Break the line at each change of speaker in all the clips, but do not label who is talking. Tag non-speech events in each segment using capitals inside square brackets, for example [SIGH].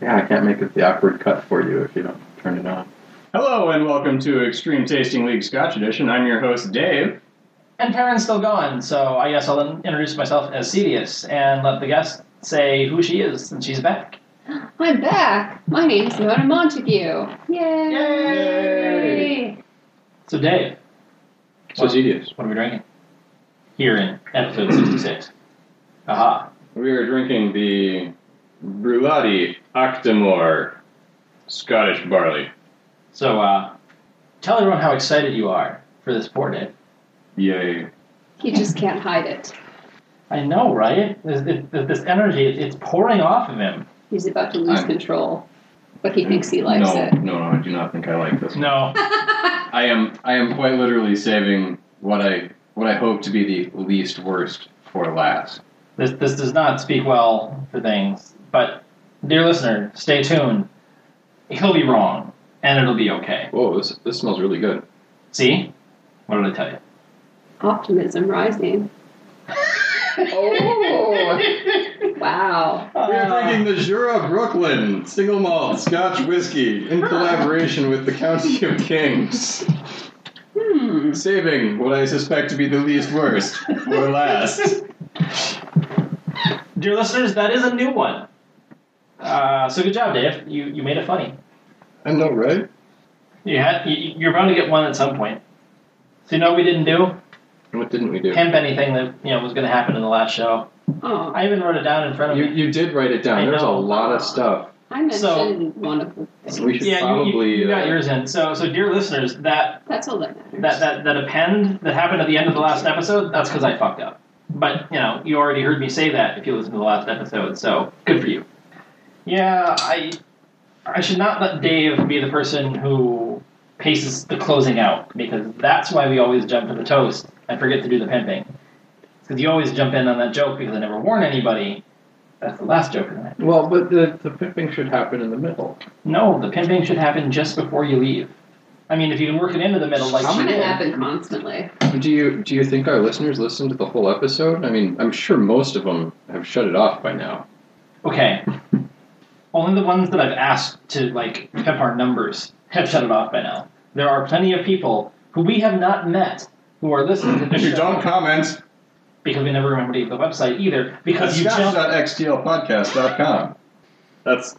Yeah, I can't make it the awkward cut for you if you don't turn it on.
Hello and welcome to Extreme Tasting League Scotch Edition. I'm your host, Dave.
And Perrin's still going, so I guess I'll then introduce myself as Cedius and let the guest say who she is since she's back.
I'm back. My name's Mona Montague. Yay!
Yay! So, Dave,
So it's tedious.
what are we drinking? Here in Episode 66. Aha.
We are drinking the Brulati Octomore Scottish Barley.
So, uh, tell everyone how excited you are for this pour, Dave.
Yay.
You just can't hide it.
I know, right? This, it, this energy, it, it's pouring off of him.
He's about to lose
I'm-
control, but he thinks he likes
no,
it.
No, no, I do not think I like this.
[LAUGHS] No.
I am I am quite literally saving what I what I hope to be the least worst for last.
This, this does not speak well for things, but dear listener, stay tuned. He'll be wrong, and it'll be okay.
Whoa, this, this smells really good.
See? What did I tell you?
Optimism rising. Oh. Wow.
We're drinking the Jura Brooklyn single malt Scotch whiskey in collaboration with the County of Kings.
Hmm.
Saving what I suspect to be the least worst for [LAUGHS] last.
[LAUGHS] Dear listeners, that is a new one. Uh, so good job, Dave. You you made it funny.
I know, right?
You had you, you're bound to get one at some point. So you know what we didn't do?
What didn't we do?
Hemp anything that you know was going to happen in the last show.
Oh,
I even wrote it down in front of
You,
me.
you did write it
I
down. There's a
know.
lot of stuff.
I mentioned
So-
one of the
So
things.
we should
yeah, you-
probably.
you, you got
uh,
yours in. So so dear listeners, that
That's all that matters.
that, that, that append that happened at the end of the last episode, that's because I fucked up. But, you know, you already heard me say that if you listened to the last episode, so good for you. Yeah, I I should not let Dave be the person who paces the closing out, because that's why we always jump to the toast and forget to do the pimping. Because you always jump in on that joke because I never warn anybody. That's the last joke of the night.
Well, but the, the pimping should happen in the middle.
No, the pimping should happen just before you leave. I mean, if you can work it into the middle like
How
It's
she
gonna
did.
happen constantly.
Do you do you think our listeners listen to the whole episode? I mean, I'm sure most of them have shut it off by now.
Okay. Only the ones that I've asked to like pimp our numbers have shut it off by now. There are plenty of people who we have not met who are listening to
If
this
you
show
don't comment,
because we never remember to leave the website either because you jump.
scotch.xtlpodcast.com. That's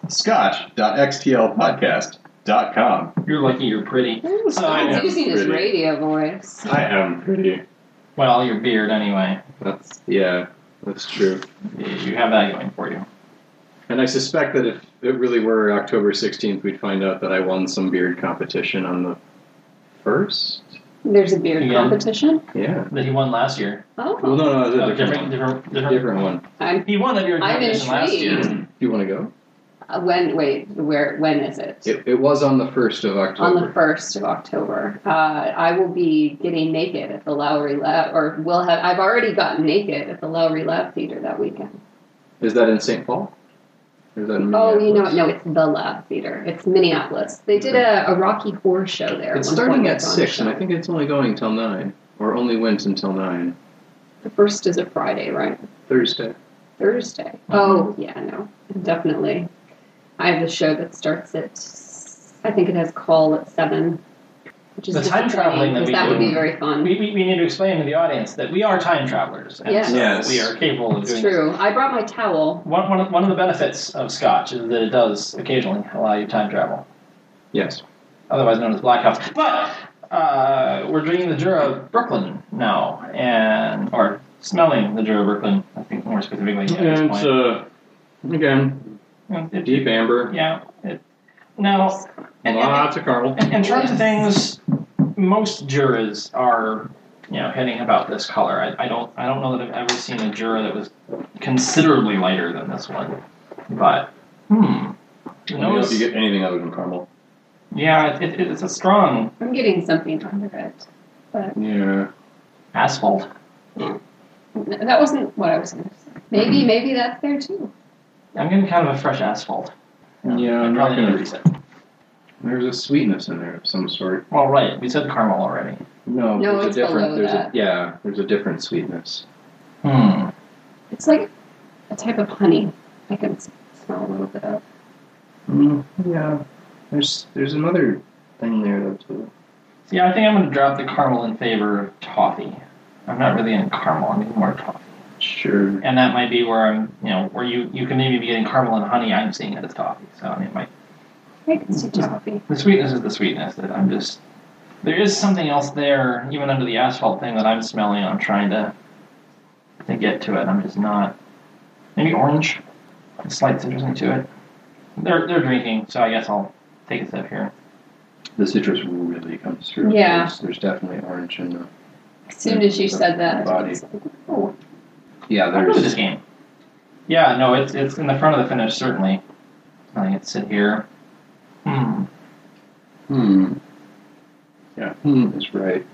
scotch.xtlpodcast.com.
You're lucky you're pretty.
Ooh, Scott's
am
using his
pretty.
radio voice.
I am pretty.
Well, your beard anyway.
That's yeah, that's true.
You have that going for you.
And I suspect that if it really were October 16th, we'd find out that I won some beard competition on the first.
There's a beard
Yeah.
competition.
Yeah.
That he won last year.
Oh,
Well, no, no, it was
Oh,
a different,
different, different,
one.
different,
different one.
I'm,
He won the beard
I'm
competition last year.
intrigued.
You want to go?
Uh, When? Wait, where? When is it?
It, it was on the first of
on
October.
the 1st of October. Uh, I will be getting naked at the Lowry Lab, or will have, I've already gotten naked at the Lowry Lab Theater that weekend.
Is that in St. Paul? Or is that in
Oh, you know what?
Minneapolis?
No, it's the Lab Theater. It's Minneapolis. They did a, a Rocky Horror show there.
It's
one
starting
point.
at
It's on a
6, and I
show.
think it's only going till 9, or only went until 9.
The 1st is a Friday, right?
Thursday.
Thursday.
Mm-hmm.
Oh, yeah, no. Definitely. I have a show that starts at, s- I think it has call at 7. Which is
The time traveling that we
disappointing, 'cause that would
do-
be very fun.
We, we, we need to explain to the audience that we are time travelers. And
Yes.
so
Yes.
we are capable of
It's
doing
true. I brought my towel.
One, one, of, one of the benefits of scotch is that it does occasionally allow you time travel,
Yes.
otherwise known as blackouts. But uh, we're drinking the Jura Brooklyn now, and or smelling the Jura Brooklyn, I think more specifically. At this
And,
point.
uh, again,
It-
deep amber,
yeah. It, now, and, and,
lots of caramel.
in terms of things, most Juras are you know hitting about this color. I, I don't I don't know that I've ever seen a Jura that was considerably lighter than this one, but hmm.
I don't know if
Notice-
you get anything other than caramel.
Yeah, it, it, it's a strong
I'm getting something under it. But
Yeah.
asphalt.
n- that wasn't what I was going to say. Maybe, maybe that's there too.
I'm getting kind of a fresh asphalt.
Yeah,
I
I'm not
probably
gonna-
need to reset.
There's a sweetness in there of some sort.
Well, right, we said caramel already.
No,
No,
there's
it's
a different.
below
There's a,
that.
yeah, there's a different sweetness.
Hmm.
It's like a type of honey. I can s- smell a little bit of.
Mm, yeah. There's there's another thing there though too.
So yeah, I think I'm going to drop the caramel in favor of toffee. I'm not really in caramel. I'm in more toffee.
Sure.
And that might be where I'm, you know, where you, you can maybe be getting caramel and honey. I'm seeing it as toffee. So, I mean, it might,
I can see toffee.
the sweetness is the sweetness that I'm just. There is something else there, even under the asphalt thing, that I'm smelling and I'm trying to, to get to it. I'm just not. Maybe orange? A slight citrusing to it. They're, they're drinking, so I guess I'll take a sip here.
The citrus really comes through.
Yeah.
There's, there's definitely orange in the
As soon as you said that, I
Body.
was like, oh,
Yeah,
I
there's
love this game. Yeah, no, it's it's in the front of the finish certainly. I can sit here. Hmm.
hmm. Yeah, hmm is right.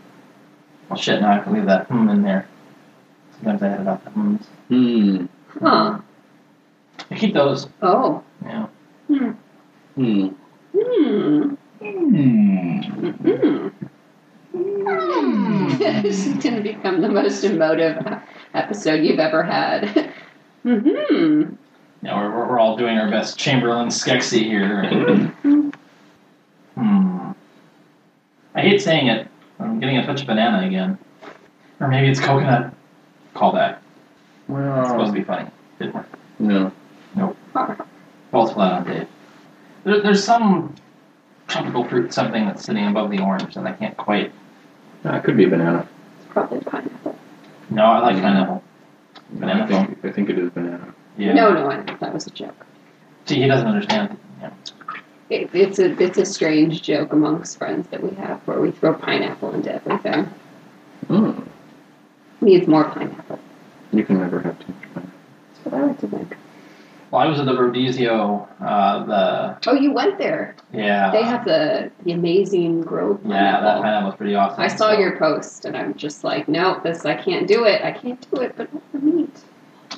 Well, shit. Now I can leave that hmm in there. Sometimes I edit out the hmms.
Hmm.
huh,
I keep those.
oh,
Yeah.
Hmm.
hmm,
Hmm.
mm Mm-hmm. [LAUGHS] this is going to become the most emotive e-, episode you've ever had. [LAUGHS] hmm
Yeah, we're, we're, we're all doing our best Chamberlain Skexy here. hmm. I hate saying it. I'm getting a touch of banana again. Or maybe it's coconut. Call that. It's supposed
Well,
to be funny. Didn't work.
no.
Falls flat on Dave. There, there's some tropical fruit something that's sitting above the orange, and I can't quite.
Ah, it could be banana.
It's probably pineapple.
No, I like
Mm.
pineapple.
I think, I think it is banana.
Yeah.
No, no, I, that was a joke.
See, he doesn't understand. Yeah.
It, it's a it's a strange joke amongst friends that we have where we throw pineapple into everything.
Mm.
Needs more pineapple.
You can never have too much banana.
That's what I like to think.
Well, I was at the Rodizio. Uh, the
Oh, you went there.
yeah.
They have the, the amazing grove
yeah, that
pineapple.
pineapple's pretty awesome.
I saw
so-
your post and I'm just like, no, this I can't do it. I can't do it, but what the meat?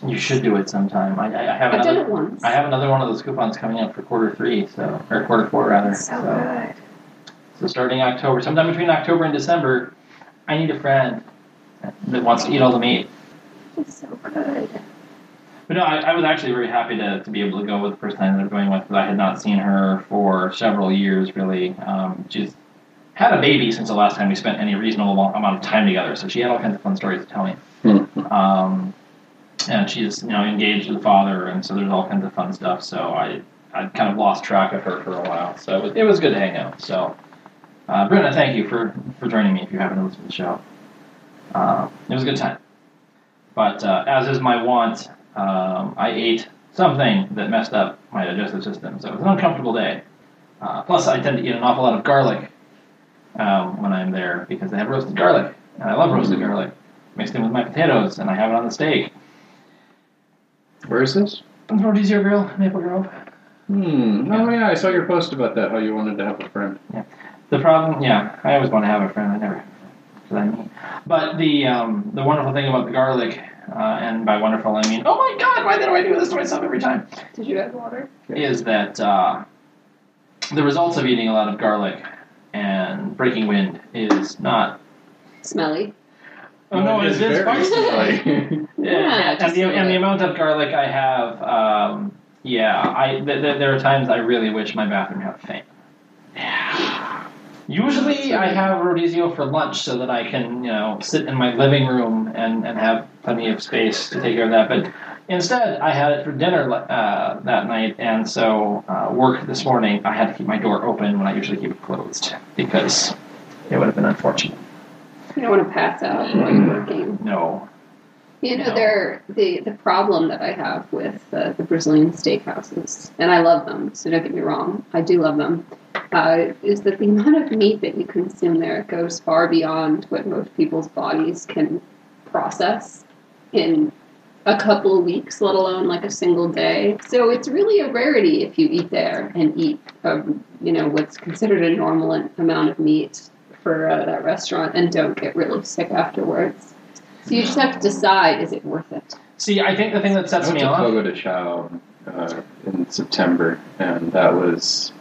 You should do it sometime. I, I, I have
I've done
another.
it once.
I have another one of those coupons coming up for quarter three, so or quarter four rather.
so good.
So starting October, sometime between October and December, I need a friend that wants to eat all the meat.
It's so good.
But no, I, I was actually very happy to, to be able to go with the person I ended up going with because I had not seen her for several years, really. Um, she's had a baby since the last time we spent any reasonable amo- amount of time together, so she had all kinds of fun stories to tell me.
Hmm.
Um, and she's you know engaged with the father, and so there's all kinds of fun stuff. So I I kind of lost track of her for a while, so it was, it was good to hang out. So uh, Brenda, thank you for for joining me. If you haven't listened to the show, uh, it was a good time. But uh, as is my want, um, I ate something that messed up my digestive system, so it was an uncomfortable day. Uh, plus, I tend to eat an awful lot of garlic um, when I'm there because they have roasted garlic, and I love roasted garlic mixed in with my potatoes, and I have it on the steak.
Where is this?
Rodizio Grill, Maple Grove.
Hmm. Oh yeah, I saw your post about that. How you wanted to have a friend.
The problem, yeah, I always want to have a friend. I never have a friend 'cause I'm mean. But the um, the wonderful thing about the garlic, uh, and by wonderful I mean, oh my God, why do I do this to myself every time?
Did you have water?
is that uh, the results of eating a lot of garlic and breaking wind is not.
Smelly.
Oh no, it is
very
[LAUGHS] spicy.
smelly.
Yeah,
and
just
the
a
and the
little.
amount of garlic I have, um, yeah, I th- th- there are times I really wish my bathroom had a fan. Usually, I have rodizio for lunch so that I can, you know, sit in my living room and, and have plenty of space to take care of that. But instead, I had it for dinner uh, that night, and so uh, work this morning, I had to keep my door open when I usually keep it closed because it would have been unfortunate.
You don't want to pass out while you're working.
No.
You know,
No.
they're the the problem that I have with uh, the Brazilian steakhouses, and I love them. So don't get me wrong, I do love them. Uh, is that the amount of meat that you consume there goes far beyond what most people's bodies can process in a couple of weeks, let alone like a single day. So it's really a rarity if you eat there and eat, um, you know, what's considered a normal amount of meat for uh, that restaurant and don't get really sick afterwards. So you just have to decide: is it worth it?
See, I think the thing that sets
I went
me
to
off.
Fogo de Chao uh, in September, and that was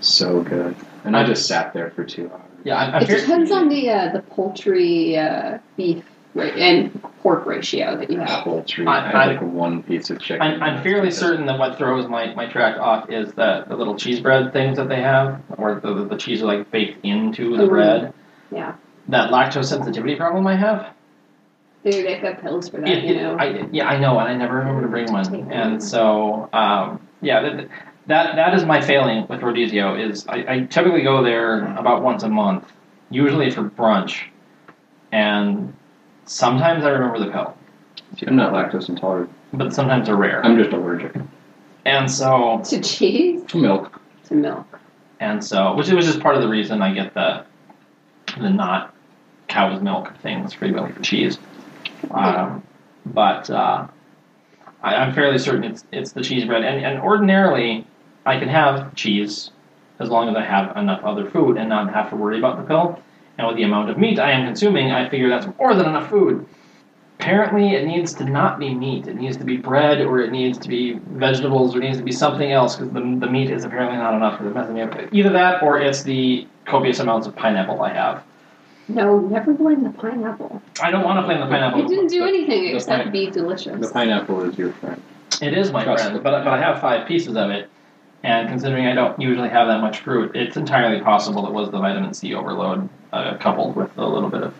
so good. And I just sat there for two hours.
Yeah, I'm, I'm
it
curious-
depends on the uh, the poultry uh, beef ra- and pork ratio that you have.
poultry.
I-
I,
I-
have like one piece of chicken.
I'm, I'm fairly certain that what throws my, my track off is the, the little cheese bread things that they have, or the, the, the cheese are like baked into the
Mhm.
bread.
Yeah.
That lactose sensitivity problem I have.
They, they've got pills for that,
yeah,
you know.
I, yeah, I know, and I never remember to bring one. And so, um, yeah, that, that that is my failing with Rodizio is I, I typically go there about once a month, usually for brunch, and sometimes I remember the pill,
See, I'm not lactose intolerant.
but sometimes they're rare.
I'm just allergic
And so,
to cheese,
to milk.
to milk.
and so which was just part of the reason I get the the not cow's milk things free milk for cheese. Um, but uh, I, I'm fairly certain it's it's the cheese bread, and and ordinarily I can have cheese as long as I have enough other food and not have to worry about the pill. And with the amount of meat I am consuming, I figure that's more than enough food. Apparently, it needs to not be meat. It needs to be bread, or it needs to be vegetables, or it needs to be something else because the, the meat is apparently not enough for the messing me up. Either that, or it's the copious amounts of pineapple I have.
No, never blame the pineapple.
I don't want to blame the pineapple.
It didn't do anything
the
except
pine-
be delicious.
The pineapple is your friend.
It is my
Trust
friend,
it.
but but I have five pieces of it, and considering I don't usually have that much fruit, it's entirely possible it was the vitamin C overload uh, coupled with a little bit of.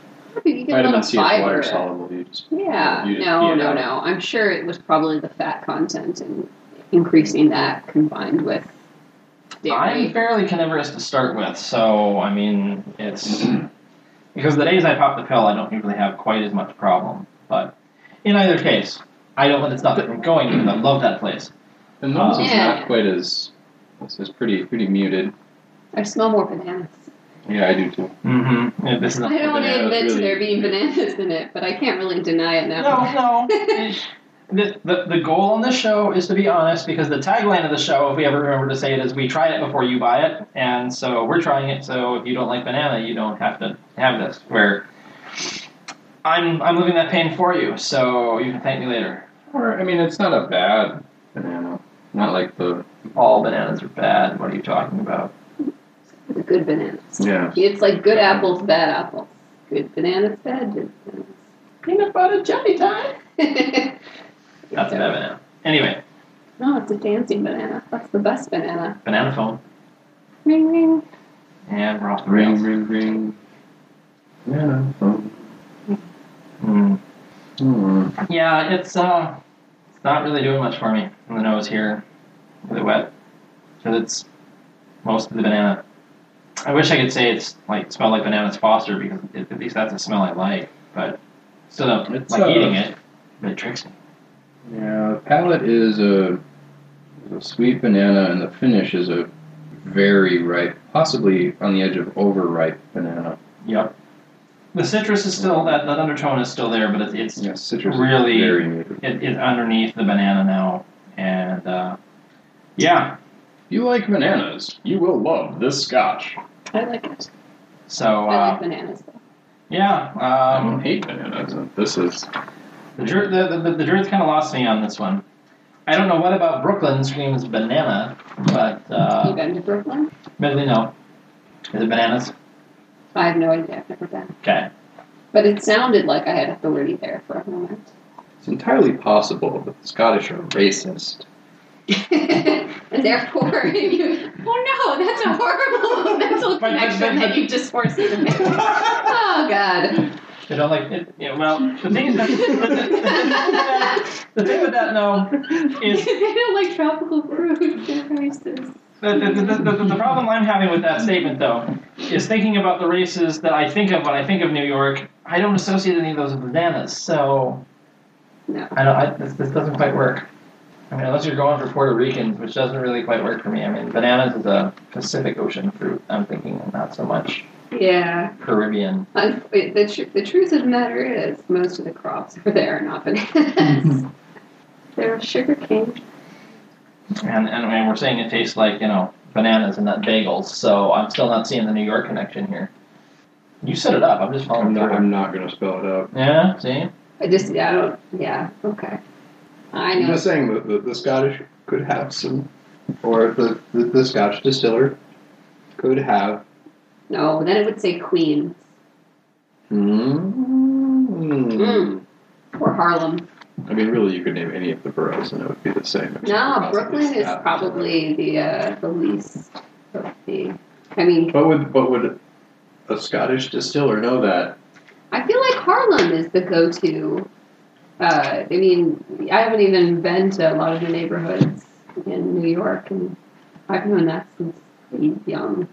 you get a
Vitamin
little
C is
fiber.
water soluble. You just
Yeah,
You just pee
no,
it
no,
out.
no. I'm sure it was probably the fat content and increasing that combined with
I'm
dairy.
fairly carnivorous to start with, so I mean it's because the days I pop the pill, I don't usually have quite as much problem. But in either case, I don't let it stop me from going because I love that place.
Oh,
And those is
Yeah.
not quite as. This is pretty pretty muted.
I smell more bananas.
Yeah, I do too.
Mm-hmm. this is
I don't want to
bananas,
admit to
really.
there being bananas in it, but I can't really deny it now.
No, no. the, the, the goal on this show is to be honest because the tagline of the show, if we ever remember to say it, is we try it before you buy it. And so we're trying it, so if you don't like banana, you don't have to have this. Where I'm, I'm living that pain for you, so you can thank me later.
Or I mean, it's not a bad banana. Not like the
All bananas are bad. What are you talking about?
The good bananas.
yeah.
It's like good apples, bad apples. Good bananas, bad bananas.
Peanut butter jelly
[LAUGHS]
time. That's a bad banana. Anyway,
No, it's a dancing banana. That's the best banana.
banana phone.
Ring ring.
And we're off the
Ring
rails.
ring ring. Yeah. um,
Hmm.
mm.
Yeah, it's uh, it's not really doing much for me on the nose here, really wet, because it's most of the banana. I wish I could say it's like smell like bananas Foster because it, at least that's a smell I like, but still don't
It's,
like
uh,
eating it. But it tricks me.
Yeah. The palate is a, is a sweet banana, and the finish is a very ripe, possibly on the edge of overripe banana.
Yep. The citrus is still that, that undertone is still there, but it's it's
Yeah, citrus
Really?
is very muted.
it, it's underneath the banana now, and uh, yeah.
If you like bananas, you will love this scotch.
I like it.
So
I like
uh,
bananas. though.
yeah.
I
Um,
don't hate bananas. This is
The, jur- the, the, the, the druids kind of lost me on this one. I don't know what about Brooklyn screams banana, but
you
uh,
been to Brooklyn?
admittedly, no. Is it bananas?
I have no idea. I've never been.
Okay.
But it sounded like I had authority there for a moment. [LAUGHS]
It's entirely possible that the Scottish are racist.
and therefore, [LAUGHS] you, oh no, that's a horrible [LAUGHS] mental
But- but-
connection
but-
that you just forced me to make. Oh god.
They don't like it. Yeah, well, the thing is that. The, the, the thing with that, no,
they [LAUGHS]
is.
don't like tropical fruit. They're racist.
The, the, the, the, the problem I'm having with that statement, though, is thinking about the races that I think of when I think of New York, I don't associate any of those with bananas, so.
No.
I don't. I, this, this doesn't quite work. I mean, unless you're going for Puerto Ricans, which doesn't really quite work for me. I mean, bananas is a Pacific Ocean fruit. I'm thinking and not so much
Yeah.
Caribbean.
Un- it- The, tr- the truth of the matter is, most of the crops over there are not bananas. They're sugar cane.
And and, and we're saying it tastes like you know bananas and not bagels. So I'm still not seeing the New York connection here. You set it up. I'm just following
I'm not,
through.
I'm not going to spell it out.
Yeah. See.
I just, yeah, I don't, yeah, okay. I
I'm
know.
just saying that the, the Scottish could have some, or the, the, the Scotch distiller could have.
No, then it would say queens.
Mm,
Mm.
Or Harlem.
I mean, really, you could name any of the boroughs and it would be the same. except for
No,
possibly
Brooklyn is
Staten Island.
probably the uh, the least of the. I mean,
But would but would a Scottish distiller know that?
I feel like Harlem is the go-to. Uh, I mean, I haven't even been to a lot of the neighborhoods in New York, and I've known that since pretty young.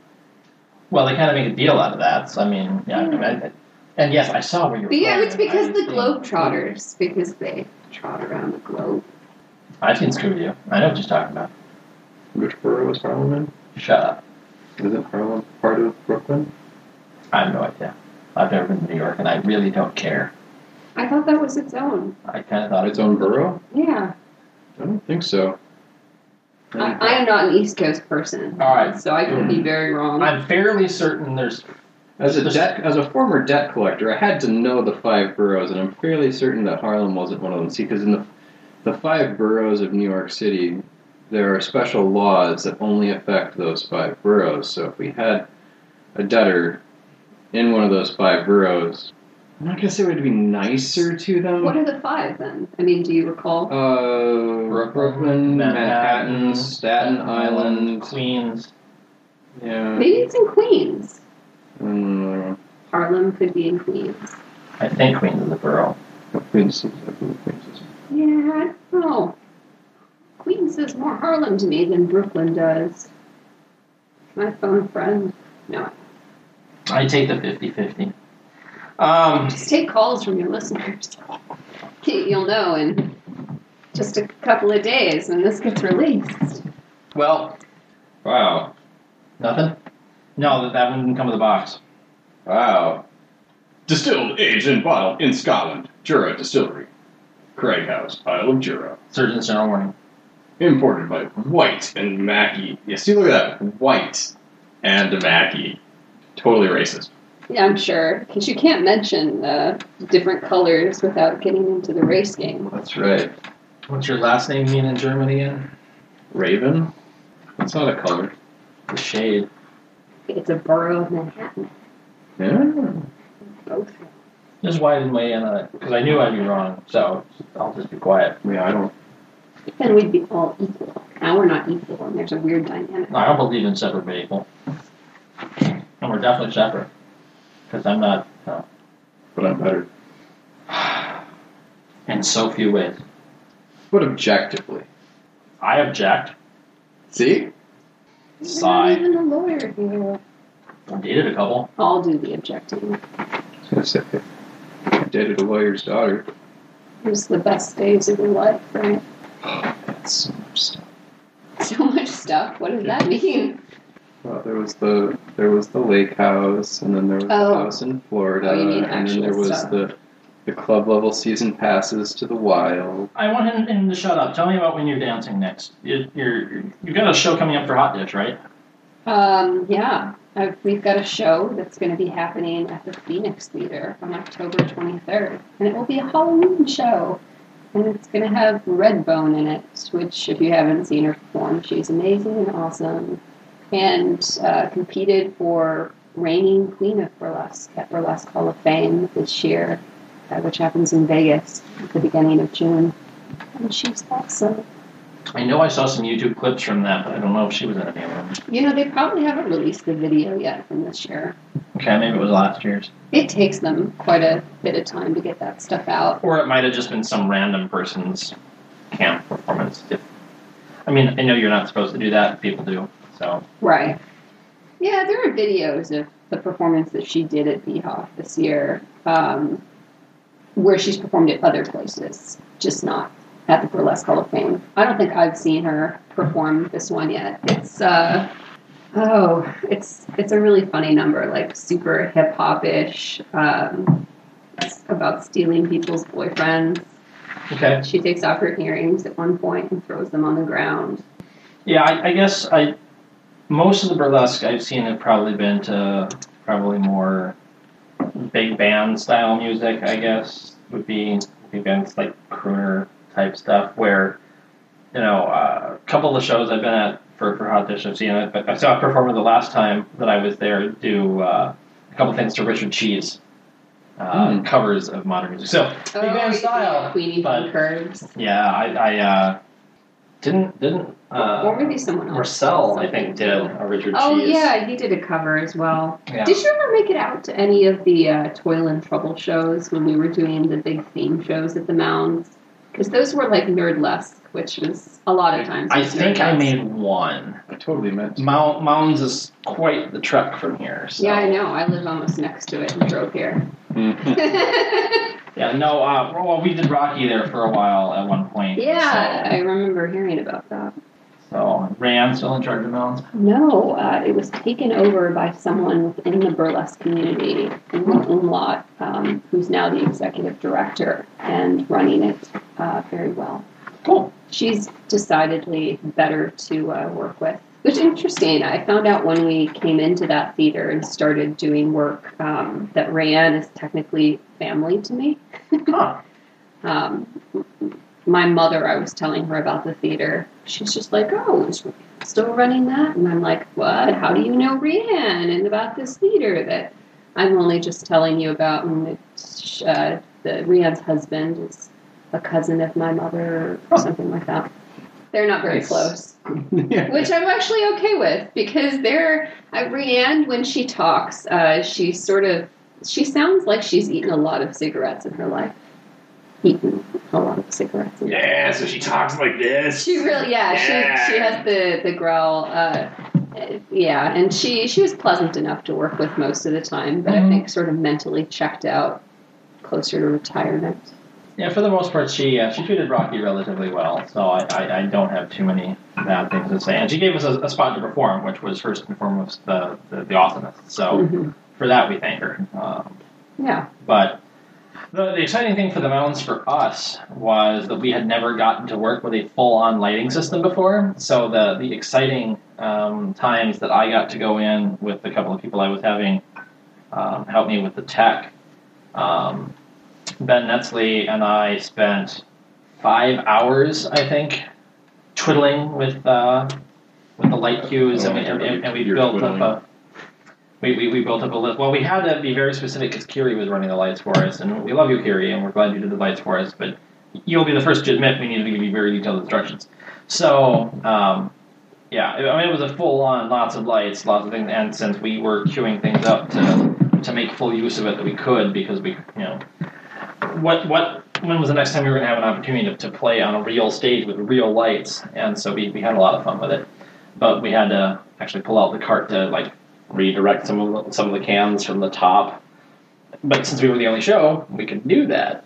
Well, they kind of make a deal out of that. So I mean, yeah, I mean, and yes, I saw where you were.
Hmm. But yeah,
going.
it's because
I've
the
seen-
Globetrotters, because they trot around the globe.
I've seen Scooby Doo. I know what you're talking about.
Which borough is Harlem in?
Shut up.
Isn't Harlem part of Brooklyn?
I have no idea. I've never been to New York, and I really don't care.
I thought that was its own.
I kind of thought
Its own borough?
Yeah,
I don't think so.
I, I am not an East Coast person,
All right. Mm.
so I could be very wrong.
I'm fairly certain there's
As a debt, as a former debt collector, I had to know the five boroughs, and I'm fairly certain that Harlem wasn't one of them. See, because in the the five boroughs of New York City, there are special laws that only affect those five boroughs. So if we had a debtor in one of those five boroughs, I'm not gonna say we'd be nicer to them.
what are the five then? I mean, do you recall?
uh, Brooklyn, Manhattan,
Manhattan,
Staten Island.
Queens.
Yeah.
Maybe it's in Queens.
Mm,
Harlem could be in Queens.
I think Queens is a borough.
Queens, I believe Queens is
Yeah, I don't know. Queens is more Harlem to me than Brooklyn does. My phone friend. No,
I take the 50 50. Um,
just take calls from your listeners. [LAUGHS] You'll know in just a couple of days when this gets released.
well,
Wow.
nothing? No, that, that one didn't come with a box.
Wow.
Distilled, aged, and bottled in Scotland. Jura Distillery. Craig House, Isle of Jura.
Surgeon's general warning.
Imported by White and Mackey. Yeah, see, look at that. White and Mackey. Totally racist.
Yeah, I'm sure. Because you can't mention uh, different colors without getting into the race game.
That's right.
What's your last name mean in German again?
Raven? That's not a color.
The shade.
It's a borough of Manhattan.
Yeah.
Both.
This is why I didn't weigh in on it, because I knew I'd be wrong, so I'll just be quiet.
Yeah, I don't.
Then we'd be all equal. Now we're not equal, and there's a weird dynamic.
No, I don't believe in separate people. And we're definitely separate, because I'm not, you know,
But I'm better.
in so few ways.
But objectively.
I object.
See?
Sigh.
You're not even a lawyer here.
I dated a couple.
I'll do the objecting.
I was gonna say, I dated a lawyer's daughter.
Here's the best days of your life, right? [LAUGHS]
That's so much stuff.
So much stuff. What does that mean?
Well, there was the there was the lake house, and then there was
Oh.
the house in Florida,
Oh, you mean
and then
actual
there was
stuff.
the the club level season passes to the wild.
I want him, him to shut up. Tell me about when you're dancing next. You, you're, you've got a show coming up for Hot Dish, right?
Um, yeah. i we've got a show that's going to be happening at the Phoenix Theater on October 23rd, and it will be a Halloween show. And it's going to have Redbone in it, which, if you haven't seen her perform, she's amazing and awesome. And uh, competed for reigning queen of burlesque at Burlesque Hall of Fame this year, uh, which happens in Vegas at the beginning of June. And she's awesome.
I know I saw some YouTube clips from that, but I don't know if she was in any of them.
You know, they probably haven't released the video yet from this year.
Okay, maybe it was last year's.
It takes them quite a bit of time to get that stuff out.
Or it might have just been some random person's camp performance. If, I mean, I know you're not supposed to do that. People do. So
Right. Yeah, there are videos of the performance that she did at BHOF this year, um, where she's performed at other places, just not at the Burlesque Hall of Fame. I don't think I've seen her perform this one yet. It's uh, oh, it's it's a really funny number, like super hip hop ish. Um, it's about stealing people's boyfriends.
okay.
She takes off her earrings at one point and throws them on the ground.
Yeah, I, I guess I most of the burlesque I've seen have probably been to probably more big band style music. I guess would be events like crooner type stuff where you know uh, a couple of the shows I've been at for, for Hot Dish I've seen it, but I saw a performer the last time that I was there do uh, a couple things to Richard Cheese. uh,
Hmm.
covers of modern music. So
Oh,
Big Bang
yeah,
Style,
Queenie
but-
from Curves.
yeah, I, I uh, didn't didn't
or
uh,
maybe someone else.
Marcel I think did a Richard
Oh
Cheese.
yeah, he did a cover as well.
Yeah.
Did you ever make it out to any of the uh, Toil and Trouble shows when we were doing the big theme shows at the Mounds? Because those were like nerdlesque, which was a lot of times.
I
was
think I
nerdlesque.
made one.
I totally meant. to.
Mount, Mounds is quite the trek from here. So.
Yeah, I know. I live almost next to it and drove here. [LAUGHS]
Mhm.
Yeah, no. Uh, well, we did Rocky there for a while at one point.
yeah,
so-
I remember hearing about that.
So Ram still in charge of Mounds.
No, uh, it was taken over by someone within the burlesque community, Emma Umlaut, um, who's now the executive director and running it uh, very well.
Cool.
She's decidedly better to uh, work with, which is interesting. I found out when we came into that theater and started doing work um, that Rayanne is technically family to me
Huh.
um, my mother, I was telling her about the theater. She's just like, oh, is Rhiannon still running that? And I'm like, what? How do you know Rhiannon and about this theater that I'm only just telling you about? And it's, uh, the Rhiannon's husband is a cousin of my mother or something like that. They're not very
Nice.
close
Yeah.
which I'm actually okay with because there, I, Rhianne, when she talks, uh, she sort of she sounds like she's eaten a lot of cigarettes in her life. Eaten a lot of cigarettes. In her life.
Yeah, so she talks like this.
She really, yeah, she she has the the growl. Uh, yeah, and she she was pleasant enough to work with most of the time, but I
Mhm.
think sort of mentally checked out closer to retirement.
Yeah, for the most part, she uh, she treated Rocky relatively well. So I, I, I don't have too many bad things to say. And she gave us a, a spot to perform, which was first and foremost the the, the Optimist. So
Mhm.
for that, we thank her. Um,
Yeah,
But the, the exciting thing for the mountains for us was that we had never gotten to work with a full-on lighting system before. So the the exciting um, times that I got to go in with a couple of people I was having um, help me with the tech. Um, ben Netsley and I spent five hours, I think, twiddling with uh, with the light cues, and we, and, and- and we
Oh, You're
built
twiddling.
up a. We, we, we built up a list. Well, we had to be very specific because Kiri was running the lights for us, and we love you, Kiri, and we're glad you did the lights for us. But you'll be the first to admit we needed to give you very detailed instructions. So, um, yeah, I mean, it was a full on, lots of lights, lots of things, and since we were queuing things up to, to make full use of it that we could, because we, you know, what, what, when was the next time we were going to have an opportunity to, to play on a real stage with real lights? And so we, we had a lot of fun with it, but we had to actually pull out the cart to like redirect some of the, some of the cans from the top. But since we were the only show, we could do that.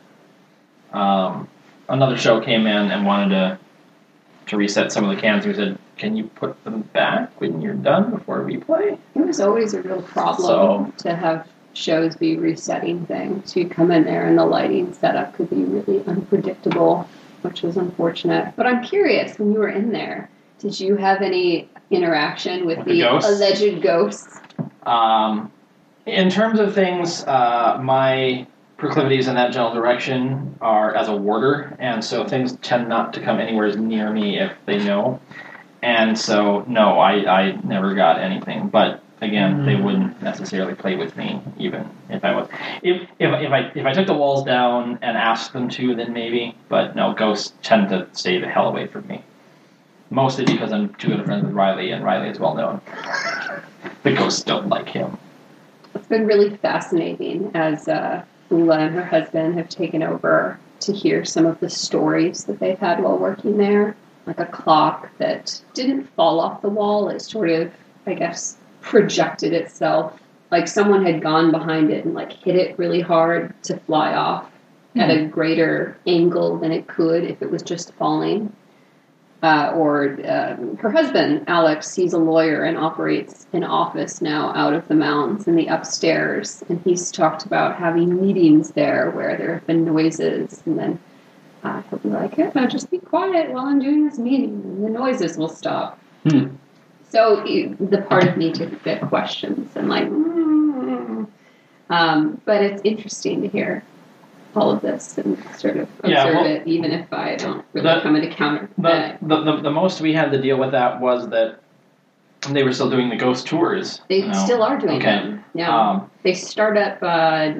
Um, another show came in and wanted to to reset some of the cans. We said, "Can you put them back when you're done before we play?"
it was always a real problem to have shows be resetting things. You'd come in there and the lighting setup could be really unpredictable, which was unfortunate. But I'm curious, when you were in there, did you have any interaction with,
With the ghosts?
alleged ghosts?
Um, in terms of things, uh, my proclivities in that general direction are as a warder, and so things tend not to come anywhere near me if they know. And so, no, I, I never got anything. But again, they wouldn't necessarily play with me, even if I was. If, if, if I if I took the walls down and asked them to, then maybe. But no, ghosts tend to stay the hell away from me. Mostly because I'm too good of friends with Riley, and Riley is well known. The ghosts don't like him.
It's been really fascinating as uh, Lula and her husband have taken over to hear some of the stories that they've had while working there. Like a clock that didn't fall off the wall, it sort of, I guess, projected itself. Like someone had gone behind it and like hit it really hard to fly off at a greater angle than it could if it was just falling uh, or um, her husband, Alex, he's a lawyer and operates an office now out of the mountains in the upstairs. And he's talked about having meetings there where there have been noises. And then uh, he'll be like, hey, now just be quiet while I'm doing this meeting, and the noises will stop.
Hmm.
So you- the part of me took the questions and, like, mm. um, but it's interesting to hear. All of this and sort of observe
Yeah, well-
it, even if I don't really
That-
come into counter.
The, the, the, the most we had to deal with that was that they were still doing the ghost tours.
They
you know.
still are doing
Okay.
them. Yeah.
Um,
they start up uh,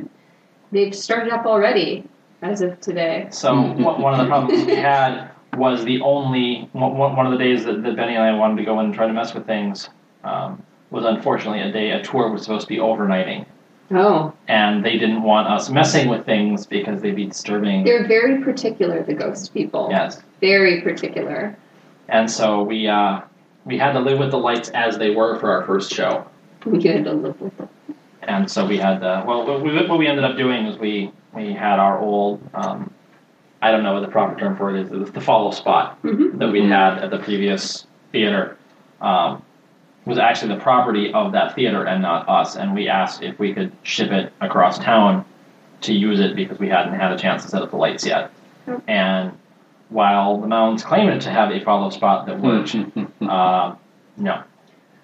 They've started up already as of today.
So one one of the problems we had was the only one, one one of the days that, that Benny and I wanted to go in and try to mess with things um, was unfortunately a day a tour was supposed to be overnighting,
Oh,
and they didn't want us messing with things because they'd be disturbing.
they're very particular, the ghost people.
Yes,
Very particular.
and so we uh, we had to live with the lights as they were for our first show,
We had to live with them.
and so we had uh, well what we, what we ended up doing was we we had our old um, I don't know what the proper term for it is it was the follow spot
Mm-hmm.
that we had at the previous theater um, was actually the property of that theater and not us. And we asked if we could ship it across town to use it because we hadn't had a chance to set up the lights yet.
Yep.
And while the mounds claimed to have a follow spot that worked,
Mm-hmm.
uh, no.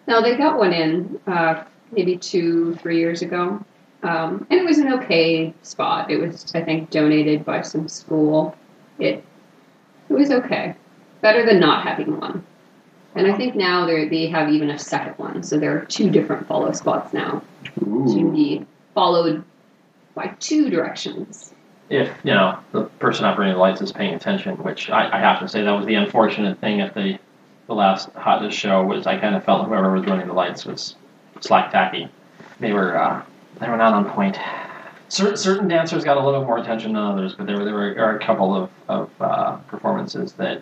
Now, they got one in uh, maybe two, three years ago. Um, and it was an okay spot. It was, I think, donated by some school. It, it was okay. Better than not having one. And I think now they they have even a second one. So there are two different follow spots now to
Ooh.
be followed by two directions.
If you know the person operating the lights is paying attention, which I, I have to say that was the unfortunate thing at the the last hot dish show was I kind of felt whoever was running the lights was slack tacky. They were uh, they were not on point. Cer- certain dancers got a little more attention than others, but there were there were are a couple of of uh, performances that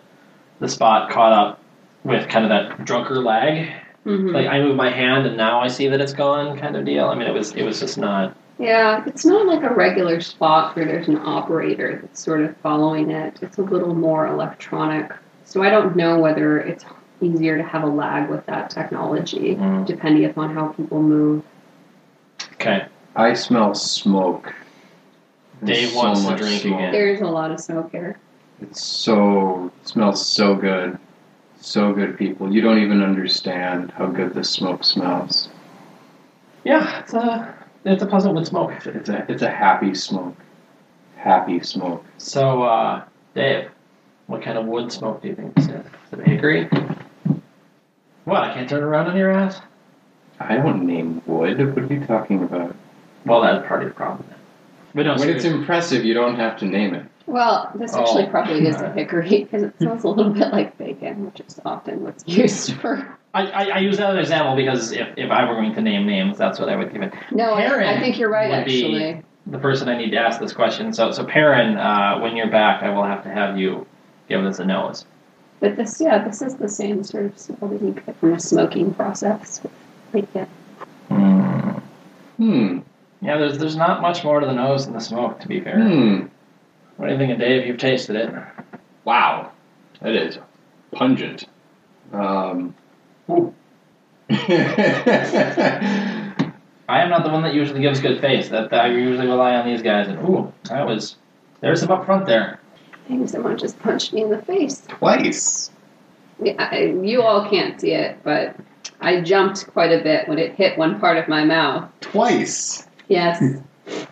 the spot caught up with kind of that drunker lag.
Mm-hmm.
Like I move my hand and now I see that it's gone kind of deal. I mean it was it was just not
Yeah, it's not like a regular spot where there's an operator that's sort of following it. It's a little more electronic. So I don't know whether it's easier to have a lag with that technology,
Mm.
depending upon how people move.
okay.
I smell smoke. There's
Dave wants to
much
drink
smoke.
again.
There's a lot of smoke here.
It's so it smells so good. So good people. You don't even understand how good this smoke smells.
Yeah, it's a it's a pleasant wood smoke.
It's a, it's a, it's a happy smoke. Happy smoke.
So, uh, Dave, what kind of wood smoke do you think this is? Is it hickory? What, I can't turn around on your ass?
I don't name wood. What are you talking about?
Well, that's part of the problem then. But no,
When it's
seriously.
impressive, you don't have to name it.
Well, this actually
Oh.
probably is a hickory because it smells a little bit like bacon, which is often what's used for.
I, I, I use that as an example because if, if I were going to name names, that's what I would give it.
No, I, I
Heron
think you're right,
would be-
actually.
The person I need to ask this question. So, so Perrin, uh, when you're back, I will have to have you give us a nose.
But this, yeah, this is the same sort of smell that you get from a smoking process with bacon.
Hmm.
Yeah, there's, there's not much more to the nose than the smoke, to be fair.
Hmm.
What do you think of Dave? You've tasted it.
Wow. That is pungent. Um.
Ooh.
[LAUGHS] yeah,
I am not the one that usually gives good face. That, that I usually rely on these guys. And ooh, that was there's some up front there.
I think someone just punched me in the face.
Twice.
Yeah, I, you all can't see it, but I jumped quite a bit when it hit one part of my mouth.
Twice.
Yes.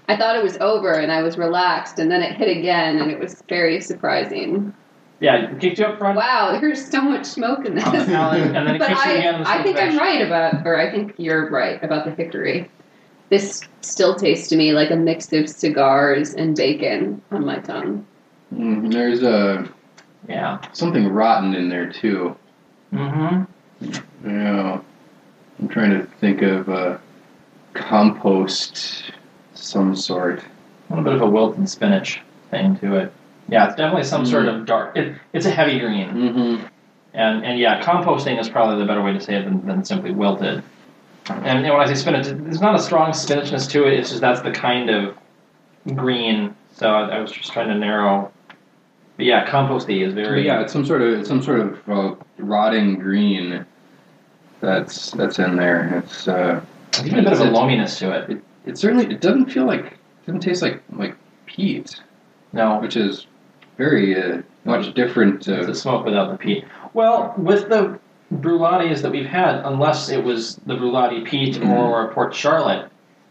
I thought it was over and I was relaxed, and then it hit again, and it was very surprising.
Yeah, it kicked you up front,
Wow, there's so much
[LAUGHS]
smoke in this.
on the palate,
Hmm,
and then it
but
kicks you again.
I,
in the
I think I'm
circumvention.
right about, or I think you're right about the hickory. This still tastes to me like a mix of cigars and bacon on my tongue.
Mm, there's a
Yeah.
something rotten in there too.
Mm-hmm.
Yeah, I'm trying to think of uh, compost some sort.
A little bit of a wilted spinach thing to it. Yeah, it's definitely some sort of dark. It, it's a heavy green,
Mm-hmm.
and and yeah, composting is probably the better way to say it than, than simply wilted. And, and when I say spinach, there's not a strong spinachness to it. It's just that's the kind of green. So I, I was just trying to narrow. But yeah, composty is very.
yeah, it's some sort of it's some sort of uh, rotting green that's that's in there. It's uh,
There's even a bit of a loaminess to it.
it certainly it doesn't feel like it doesn't taste like like peat,
No,
which is very uh, much different.
it's
Uh,
the smoke without the peat. Well, with the brulattis that we've had, unless it was the brulati peat or Port Charlotte,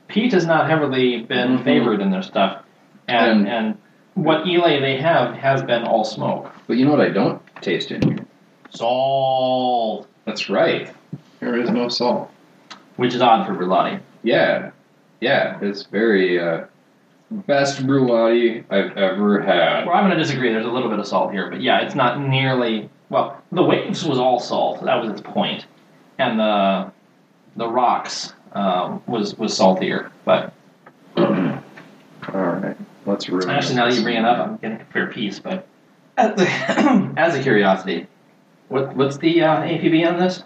peat has not heavily been
Mhm.
favored in their stuff. And,
And-
and what Elay they have has been all smoke.
but you know what I don't taste in here.
Salt.
That's right. There is no salt.
Which is odd for brulati.
Yeah, yeah. It's very uh, best brulati I've ever had. [CLEARS THROAT]
Well, I'm going to disagree. There's a little bit of salt here, but yeah, it's not nearly. Well, the waves was all salt. That was its point, and the the rocks um, was was saltier. But
All right, let's ruin
actually,
it.
now that you bring it up, I'm getting a fair piece. But as a, as a curiosity, what what's the uh, APB on this?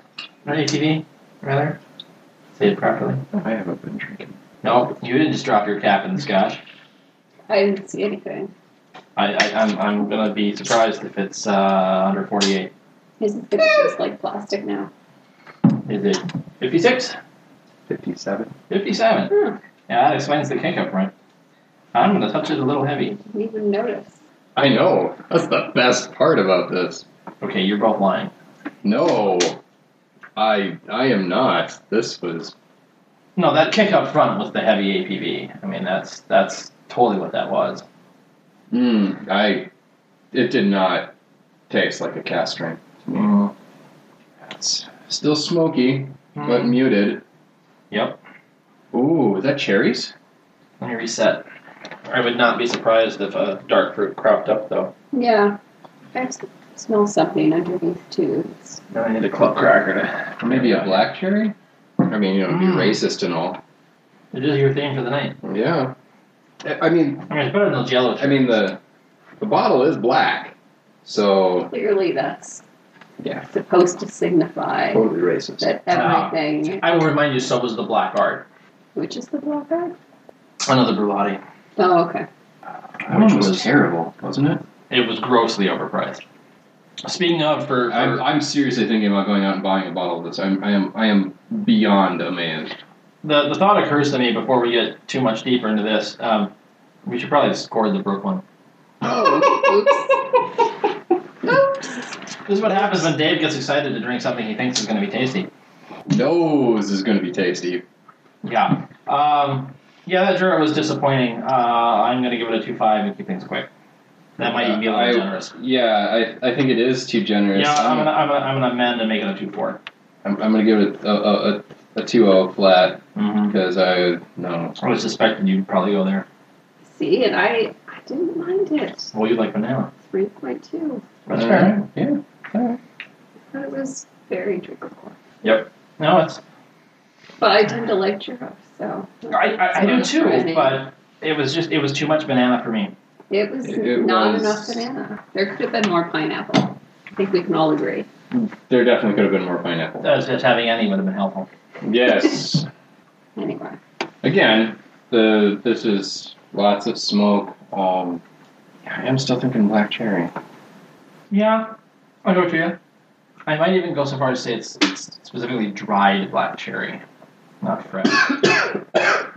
Or APV rather? Say it properly.
I haven't been drinking.
No, you didn't just drop your cap in the scotch.
I didn't see anything.
I, I I'm I'm gonna be surprised if it's uh, under 48.
His fingers is like plastic now.
Is it 56?
Fifty-seven.
57.
Huh,
Yeah, that explains the kick up, right? I'm gonna touch it a little heavy.
didn't even notice.
I know. That's the best part about this.
Okay, you're both lying.
No, I I am not. This was
No, that kick up front was the heavy APV. I mean, that's that's totally what that was.
Mm, I. It did not taste like a cast strength.
Mm-hmm.
It's still smoky, but
Mm.
muted.
Yep.
Ooh, is that cherries?
Let me reset. I would not be surprised if a dark fruit cropped up, though.
Yeah, I s- smell something underneath too. It's-
Now I need a club cracker to.
Or maybe a black cherry? I mean, you know, it'd be
Mm.
racist and all.
It is your theme for the night.
Yeah. I- I mean,
I mean, it's better than the Jello.
I mean the the bottle is black, so
Clearly, that's
Yeah. uh,
supposed to signify
totally racist.
that everything,
I will remind you, so was the Black Art.
which is the black eye.
Another Brulati.
Oh, okay.
Which was terrible, wasn't it?
It was grossly overpriced. Speaking of, for, for
I'm, I'm seriously thinking about going out and buying a bottle of this. I'm I am I am beyond [LAUGHS] amazed.
The, the thought occurs to me before we get too much deeper into this. Um, we should probably score the Brooklyn.
Oh, oops. oops.
This is what happens when Dave gets excited to drink something he thinks is going to be tasty.
Nose is going to be tasty.
Yeah. Um, yeah, that Jura was disappointing. Uh, I'm going to give it a 2 5 and keep things quick. That might even be a little
I-
generous.
Yeah, I, I think it is too generous.
Yeah, I'm
I'm,
going to I'm gonna, I'm gonna amend and make it a 2 4.
I'm, I'm gonna give it a a, a, a 2 flat
Mm-hmm.
because I no.
I was suspecting you'd probably go there.
[LAUGHS] See, and I, I didn't mind it.
Well, you like banana.
3.2.
That's
Uh,
fair.
Yeah.
I thought it was very drinkable.
Uh, No, it's.
But I tend to like churros, so.
I, I, I do
It's not
too,
surprising.
but it was just, it was too much banana for me.
It was
It
not
was-
enough banana. There could have been more pineapple. I think we can all agree.
There definitely could have been more pineapple.
As if having any would have been helpful.
Yes. [LAUGHS]
Anyway,
Again, the this is lots of smoke. Um, yeah, I am still thinking black
[CLEARS THROAT]
cherry.
Yeah, I go to you. I might even go so far as to say it's, it's specifically dried black cherry, not fresh. a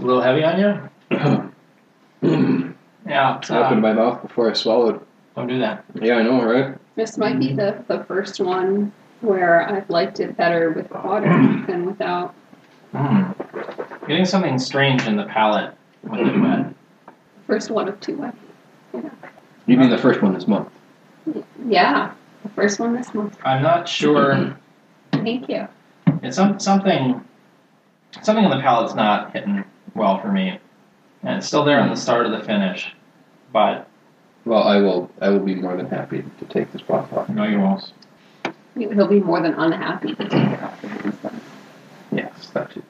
little heavy on you?
Mm.
Yeah. uh,
I opened my mouth before I swallowed.
don't do that.
Yeah, I know, right?
this might be the, the first one where I've liked it better with water than without.
Mm. Getting something strange in the palate with it wet.
First one of two. I
You mean the first one this month?
think. Yeah, the first one this month.
I'm not sure.
Thank you.
It's some, something. Something in the palate's not hitting well for me, and it's still there on the start of the finish. But
Well, I will. I will be more than happy to take this bottle off.
no, you won't.
He'll be more than unhappy [LAUGHS] to take it off. your hands, though.
Yes, that too.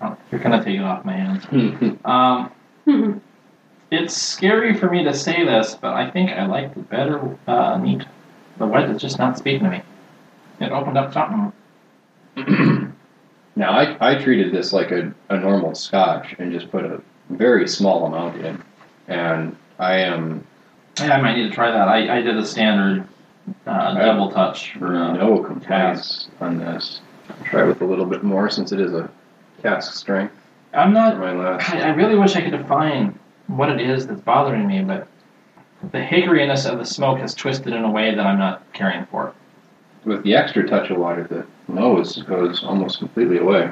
Oh, you're gonna take it off my hands.
Mhm.
Um,
Hmm.
It's scary for me to say this, but I think I like the better uh, meat. The wet is just not speaking to me. It opened up something.
[CLEARS THROAT] now, I, I treated this like a, a normal scotch and just put a very small amount in. And I am
Yeah, I might need to try that. I, I did a standard uh,
Right.
double touch for uh,
no complaints on this. Try with a little bit more since it is a cask strength
I'm
for
not.
my last.
I, I really wish I could define what it is that's bothering me, but the hickoryness of the smoke has twisted in a way that I'm not caring for.
With the extra touch of water, the nose goes almost completely away.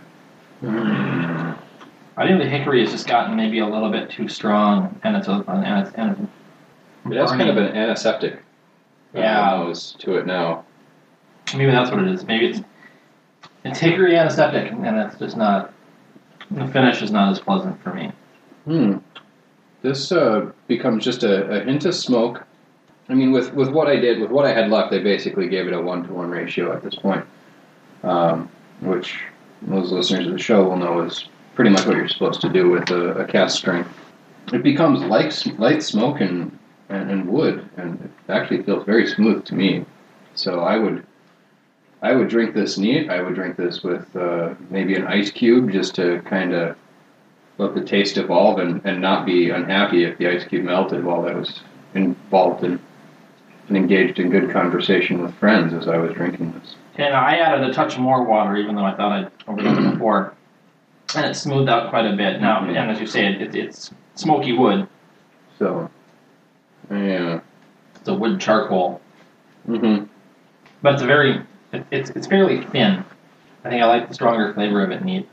I think the hickory has just gotten maybe a little bit too strong, and it's a, and it's, and it's
It has kind of
burning.
an antiseptic uh,
Yeah.
nose to it now.
Maybe that's what it is. Maybe it's it's hickory antiseptic, and that's just not the finish is not as pleasant for me.
Hmm. This uh, becomes just a, a hint of smoke. I mean, with, with what I did, with what I had left, I basically gave it a one to one ratio at this point, um, which those listeners of the show will know is pretty much what you're supposed to do with a, a cast string. It becomes light, s- light smoke and, and, and wood, and it actually feels very smooth to me. So I would, I would drink this neat. I would drink this with uh, maybe an ice cube just to kind of let the taste evolve and, and not be unhappy if the ice cube melted while I was involved in and engaged in good conversation with friends as I was drinking this.
Okay, now I added a touch more water, even though I thought I'd overdone it before, and it smoothed out quite a bit. Now,
Mhm.
and as you say, it, it, it's smoky wood.
So, yeah.
It's a wood charcoal,
hmm
but it's a very it, it's it's fairly thin. I think I like the stronger flavor of it neat.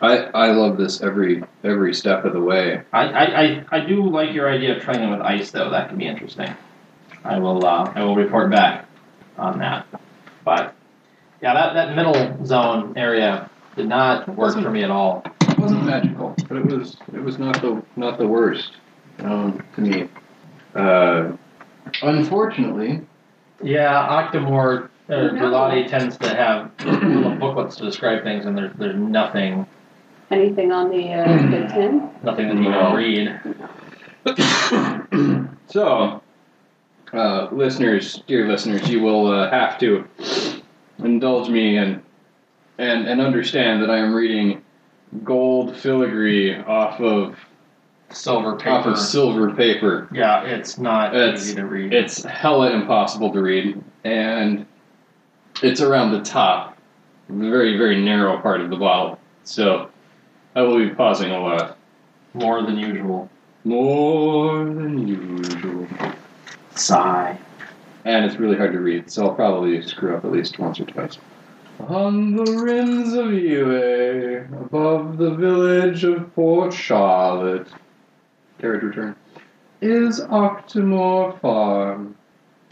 I, I love this every every step of the way.
I, I, I, I do like your idea of trying it with ice though. That could be interesting. I will uh, I will report back on that. But yeah, that, that middle zone area did not work for me at all.
It wasn't magical, but it was it was not the not the worst um, to me. Uh, unfortunately,
Yeah, Octomore uh,
No.
Verlotti tends to [CLEARS THROAT] have little booklets to describe things, and there's there's nothing
Anything on the, uh,
[CLEARS THROAT]
the tin?
nothing that you
No.
can read.
so, uh, listeners, dear listeners, you will uh, have to indulge me and and and understand that I am reading gold filigree off of
Silver
off
paper.
of silver paper.
yeah, it's not
It's-
easy to read.
It's hella impossible to read, and it's around the top, the very, very narrow part of the bottle. So I will be pausing a lot.
more than [LAUGHS] usual.
More than usual.
Sigh.
And it's really hard to read, so I'll probably screw up at least once or twice. On the rims of Ewe, above the village of Port Charlotte, carriage return, is Octomore Farm.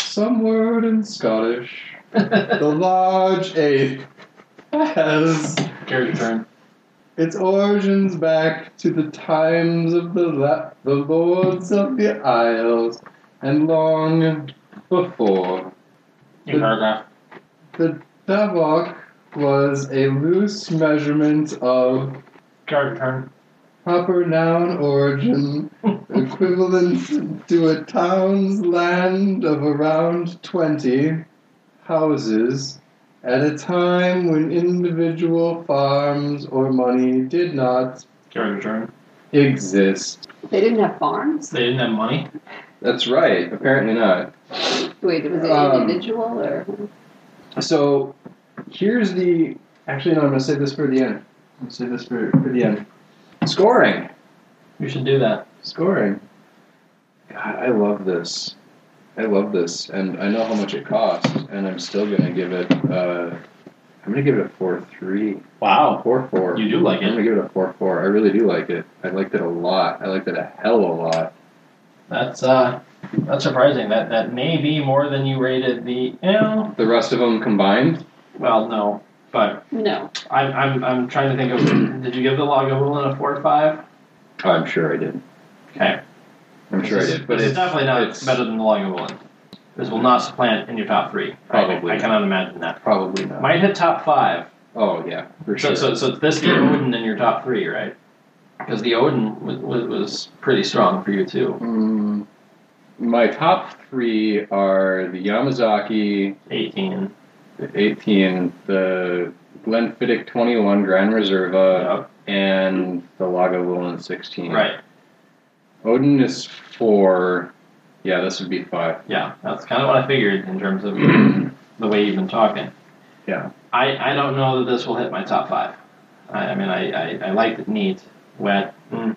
Some word in Scottish the large ape has
Carry your turn.
its origins back to the times of the, la- the lords of the isles and long before.
New paragraph.
The Davok was a loose measurement of
Carry your turn.
proper noun origin equivalent to a town's land of around 20 houses at a time when individual farms or money did not
Carry your turn.
exist.
They didn't have farms?
They didn't have money.
That's right, apparently not.
Wait, was it
Um,
individual or?
So here's the. Actually, no, I'm going to save this for the end. I'm going to save this for, for the end. Scoring!
You should do that.
Scoring. God, I love this. I love this, and I know how much it costs, and I'm still gonna give it. Uh, I'm gonna give it a four three,
Wow.
four four.
You do like
I'm
it.
gonna give it a four four. I really do like it. I liked it a lot. I liked it a hell of a lot.
That's uh that's surprising. That that may be more than you rated the you know,
The rest of them combined,
well no. But
No.
I'm I'm I'm trying to think of did you give the Lagavulin a four or five?
I'm sure I did.
Okay.
I'm
This
sure I
is-
did. But
this
it's
is definitely not
it's
better than the Lagavulin. This will not supplant in your top three. I-
Probably.
I, cannot imagine that.
Probably not.
Might hit top five.
oh yeah, for
So
sure.
so so this the Odin in your top three, right? Because the Odin was, was, was pretty strong for you too.
Mm, my top three are the Yamazaki,
Eighteen.
18, the Glenfiddich 21 Grand Reserva,
Yep.
and the Lagavulin 16.
Right.
Odin is 4. Yeah, this would be [CLEARS THROAT] 5.
Yeah. That's kind of what I figured in terms of the way you've been talking.
Yeah.
I, I don't know that this will hit my top five. I, I mean, I, I, I liked it neat, wet. Mm.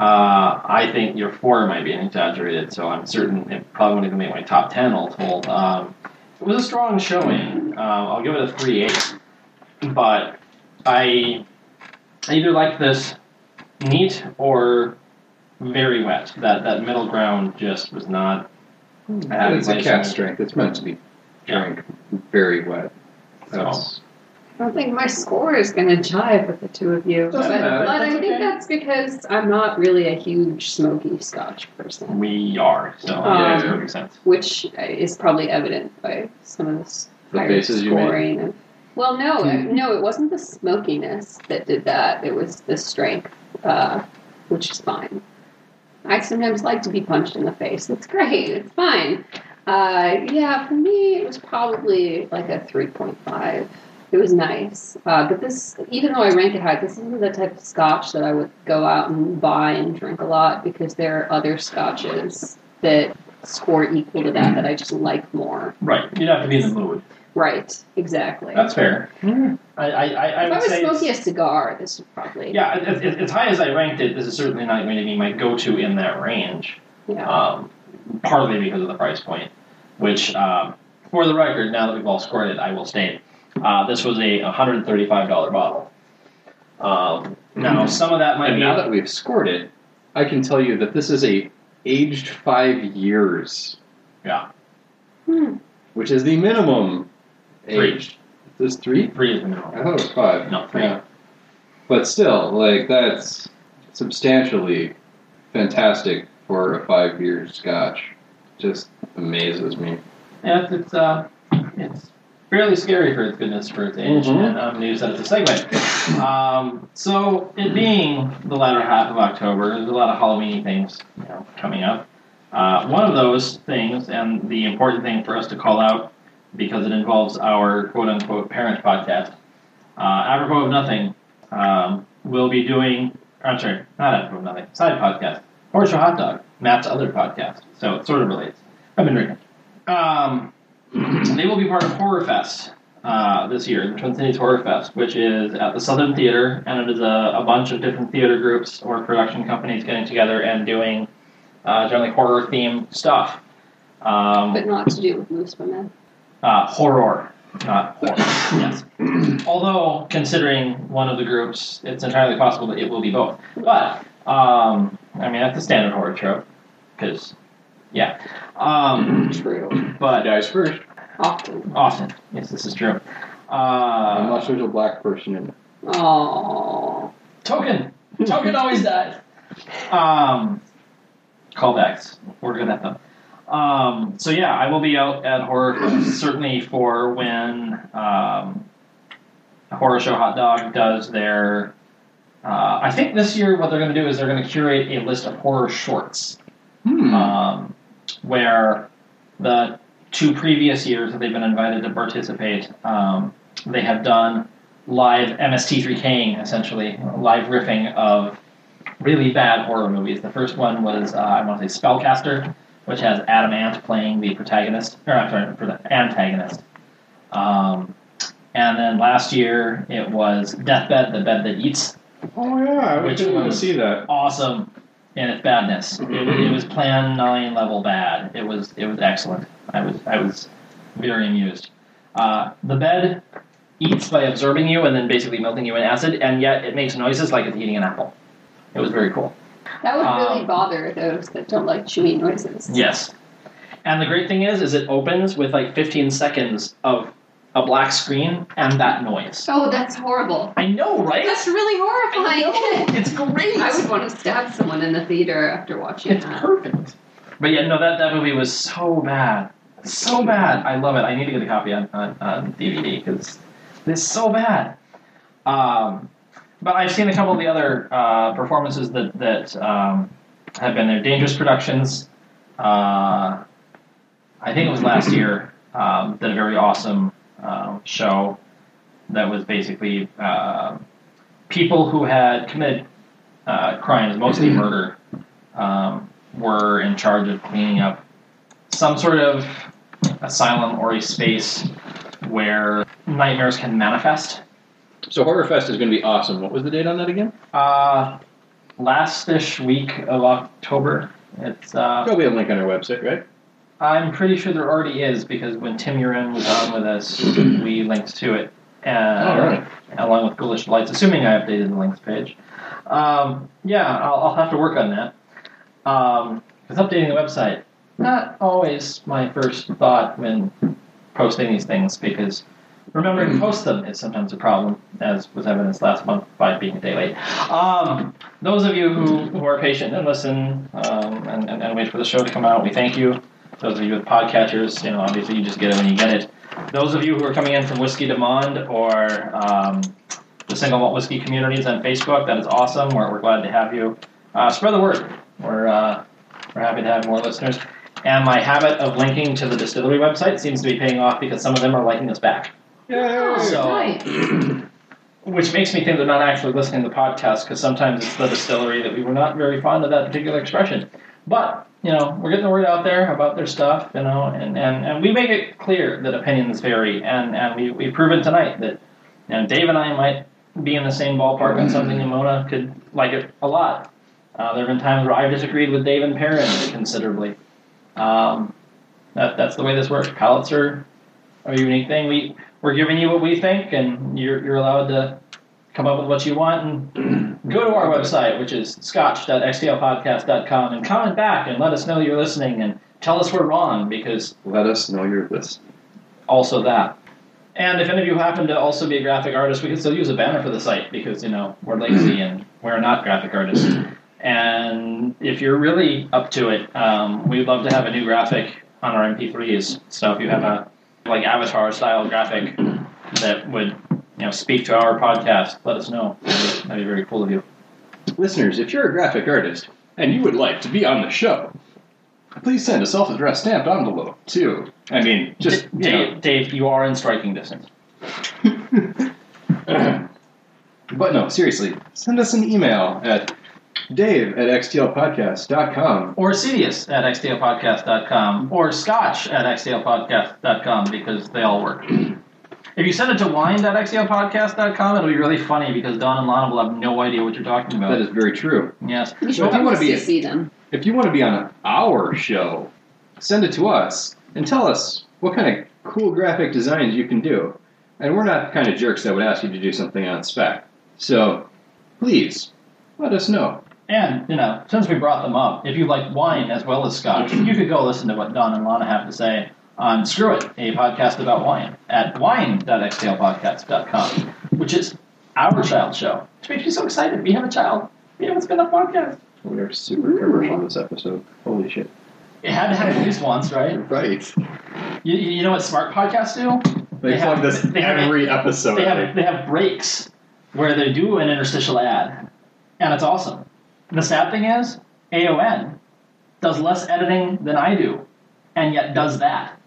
Uh, I think your four might be exaggerated, so I'm certain it probably won't even make my top ten all told. Um, it was a strong showing. Uh, I'll give it a 3 8. But I, I either like this neat or very wet. That, that middle ground just was not. I had
it's a
my-
cat strength. It's meant to be
Yeah.
drink very wet.
So.
That's,
I don't think my score is going to jive with the two of you.
Doesn't
but
matter.
but
That's
I think
okay.
that's because I'm not really a huge smoky Scotch person,
We are, so
Um,
yeah, it makes sense.
which is probably evident by some of this
The
higher
faces you made.
scoring. and- well, no,
Hmm.
I- no, it wasn't the smokiness that did that. It was the strength, uh, which is fine. I sometimes like to be punched in the face. It's great. It's fine. Uh, yeah, for me, it was probably like a three point five. It was nice, uh, but this, even though I rank it high, this isn't the type of scotch that I would go out and buy and drink a lot because there are other scotches that score equal to that that I just like more.
Right, you'd have to be in the mood.
Right, exactly.
That's fair. I, I, I, I
if
would
I was
say it's-
smoking a cigar, this would probably
Yeah, as, as- as high as I ranked it, this is certainly not going to be my go-to in that range.
yeah.
Um, partly because of the price point, which, um, for the record, now that we've all scored it, I will state uh, this was a $135 bottle. Um, now, some of that might
And
be
now that we've scored it, I can tell you that this is a aged five years,
Hmm.
which is the minimum
Three.
age. Is this three?
three is the minimum.
I thought it was five.
No, three.
Yeah. But still, like that's substantially fantastic for a five year scotch. Just amazes me.
Yeah, it's- it's uh, it's fairly scary for its goodness for its age,
Mhm.
and um, I'm going to use that as a segue. Um, so it being the latter half of October, there's a lot of Halloweeny things you know coming up. Uh, one of those things, and the important thing for us to call out because it involves our quote unquote parent podcast, uh, apropos of nothing, um, we'll be doing. I'm sorry, not apropos of nothing. Side podcast, Horse or Hot Dog, Matt's other podcast. So it sort of relates. I've been drinking. Um, [CLEARS THROAT] they will be part of Horror Fest uh, this year, the Twin Cities Horror Fest, which is at the Southern Theater, and it is a, a bunch of different theater groups or production companies getting together and doing uh, generally horror themed stuff. Um,
but not to do with moose women.
uh, horror, not horror. yes. [CLEARS THROAT] Although, considering one of the groups, it's entirely possible that it will be both. But, um, I mean, that's a standard horror trope, because, yeah. Um,
True.
but
Dies first.
Often.
often, yes, this is true.
I'm
Uh,
not sure there's a black person in it.
Oh.
token, token always dies. Um, callbacks. We're good at them. Um, so yeah, I will be out at horror Fest, certainly for when um, horror show hot dog does their. Uh, I think this year what they're going to do is they're going to curate a list of horror shorts,
Hmm.
um, where the two previous years that they've been invited to participate, um, they have done live MST3King essentially, live riffing of really bad horror movies. The first one was uh, I want to say Spellcaster, which has Adam Ant playing the protagonist, or I'm sorry, for the antagonist. Um, and then last year it was Deathbed, the bed that eats.
oh yeah, I
Which
would want to
was-
see that.
Awesome in its badness. It, it was Plan Nine level bad. It was it was excellent. I was I was very amused. Uh, the bed eats by absorbing you and then basically melting you in acid, and yet it makes noises like it's eating an apple. It was very cool.
That would really
Um,
bother those that don't like chewy noises.
Yes. And the great thing is, is it opens with like 15 seconds of a black screen and that noise.
Oh, that's horrible.
I know, right?
That's really
I
horrifying.
know. It's great.
[LAUGHS] I would want to stab someone in the theater after watching
It's
that.
perfect. But yeah, no, that, that movie was so bad. So bad. I love it. I need to get a copy on, on, on DVD because it's so bad. Um, but I've seen a couple of the other uh, performances that, that um, have been there. Dangerous Productions, uh, I think it was last year, um, did a very awesome um, show that was basically uh, people who had committed uh, crimes, mostly murder, um, were in charge of cleaning up some sort of asylum or a space where nightmares can manifest.
So Horror Fest is going to be awesome. What was the date on that again?
Uh, last ish week of October. It's. Uh,
There'll be a link on our website, right?
I'm pretty sure there already is because when Tim Urin was on with us, we linked to it. And,
All right.
along with Ghoulish Lights, assuming I updated the links page. Um, yeah, I'll, I'll have to work on that. Because updating the website, not always my first thought when posting these things, because Remembering to post them is sometimes a problem, as was evidenced last month by being a day late. Um, those of you who, who are patient and listen um, and, and, and wait for the show to come out, we thank you. Those of you with podcatchers, you know, obviously you just get it when you get it. Those of you who are coming in from Whiskey Demand or um, the Single Malt Whiskey communities on Facebook, that is awesome. We're, we're glad to have you. Uh, spread the word. We're, uh, we're happy to have more listeners. And my habit of linking to the distillery website seems to be paying off because some of them are liking us back.
Oh,
So-
nice.
Which makes me think they're not actually listening to the podcast because sometimes it's the distillery that we were not very fond of that particular expression. But, you know, we're getting the word out there about their stuff, you know, and, and, and we make it clear that opinions vary. And, and we, we've proven tonight that, you know, Dave and I might be in the same ballpark on something, and Mona could like it a lot. Uh, there have been times where I've disagreed with Dave and Perrin considerably. Um, that, that's the way this works. Palettes are, are a unique thing. We, we're giving you what we think, and you're, you're allowed to come up with what you want. And go to our website, which is scotch.xtlpodcast.com, and comment back and let us know you're listening and tell us we're wrong because
Let us know your list.
also that. And if any of you happen to also be a graphic artist, we can still use a banner for the site because, you know, we're lazy and we're not graphic artists. And if you're really up to it, um, we'd love to have a new graphic on our MP3s. So if you have a like avatar style graphic that would, you know, speak to our podcast, let us know. That'd be- that'd be very cool of you.
Listeners, if you're a graphic artist and you would like to be on the show, please send a self-addressed stamped envelope to. I mean,
[LAUGHS]
just
D-
you
Dave,
know.
Dave, you are in striking distance.
But no, seriously, send us an email at dave at xtlpodcast.com.
Or Cedius at xdlpodcast.com or Scotch at xdlpodcast.com because they all work. [CLEARS THROAT] If you send it to wine.xdlpodcast.com, it'll be really funny because Don and Lana will have no idea what you're talking about.
That is very true.
yes.
You
Well,
should
if you
come
wanna be a-
see them.
If you want to be on our show, send it to us and tell us what kind of cool graphic designs you can do. And we're not the kind of jerks that would ask you to do something on spec. So please let us know.
And, you know, since we brought them up, if you like wine as well as Scotch, you could go listen to what Don and Lana have to say on Screw It, a podcast about wine, at wine.xdlpodcast.com, which is our child show, which makes me so excited. We have a child. We haven't spin off podcast.
We are super commercial this episode. Holy shit.
It had to have at least once, right?
Right.
You, you know what smart podcasts do?
They,
They
plug
have-
this
they have-
every episode.
They have they have breaks where they do an interstitial ad, and it's awesome. The sad thing is, AON does less editing than I do, and yet does that.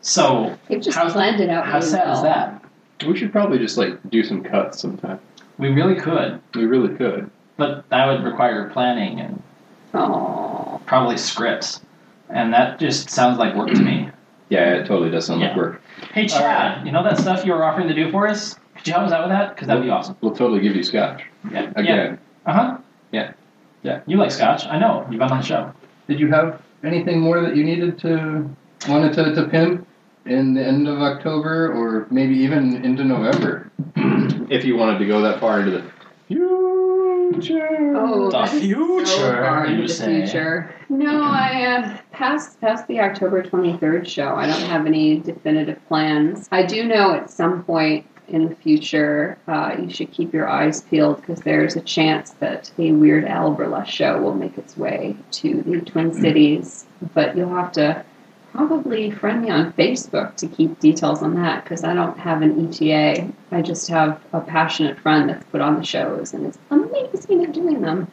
So
They've just
How's-
planned it out.
how
really
sad
well.
is that?
We should probably just like do some cuts sometime.
We really could,
We really could.
but that would require planning and
Aw.
probably scripts, and that just sounds like work to me.
Yeah, it totally does sound
Yeah.
like work.
Hey Chad, you know that stuff you were offering to do for us? Could you help us out with that? Because that'd be awesome.
We'll totally give you scotch
Yeah. Yeah.
again.
Uh huh.
Yeah. Yeah.
You like Scotch? I know. You've been on the show.
Did you have anything more that you needed to wanted to, to pin in the end of October or maybe even into November, if you wanted to go that far into the future?
Oh,
The
that is
future,
So far into
you
the
say.
future. No, I uh, past past the October twenty third show. I don't have any definitive plans. I do know at some point in the future, uh, you should keep your eyes peeled because there's a chance that a Weird Al Burlesque show will make its way to the Twin Cities, but you'll have to. Probably friend me on Facebook to keep details on that because I don't have an ETA. I just have a passionate friend that's put on the shows and is amazing at doing them.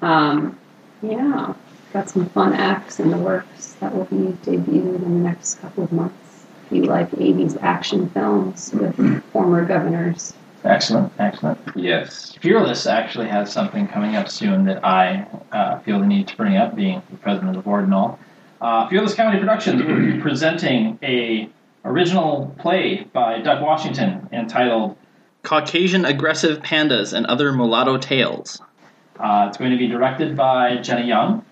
Um, yeah, got some fun acts in the works that will be debuted in the next couple of months. If you like 80s action films
[CLEARS THROAT]
with former governors.
Excellent, excellent.
Yes.
Fearless actually has something coming up soon that I uh, feel the need to bring up, being the president of the board and all. Uh, Fearless Comedy Productions will be presenting a original play by Doug Washington entitled Caucasian Aggressive Pandas and Other Mulatto Tales. Uh, it's going to be directed by Jenny Young.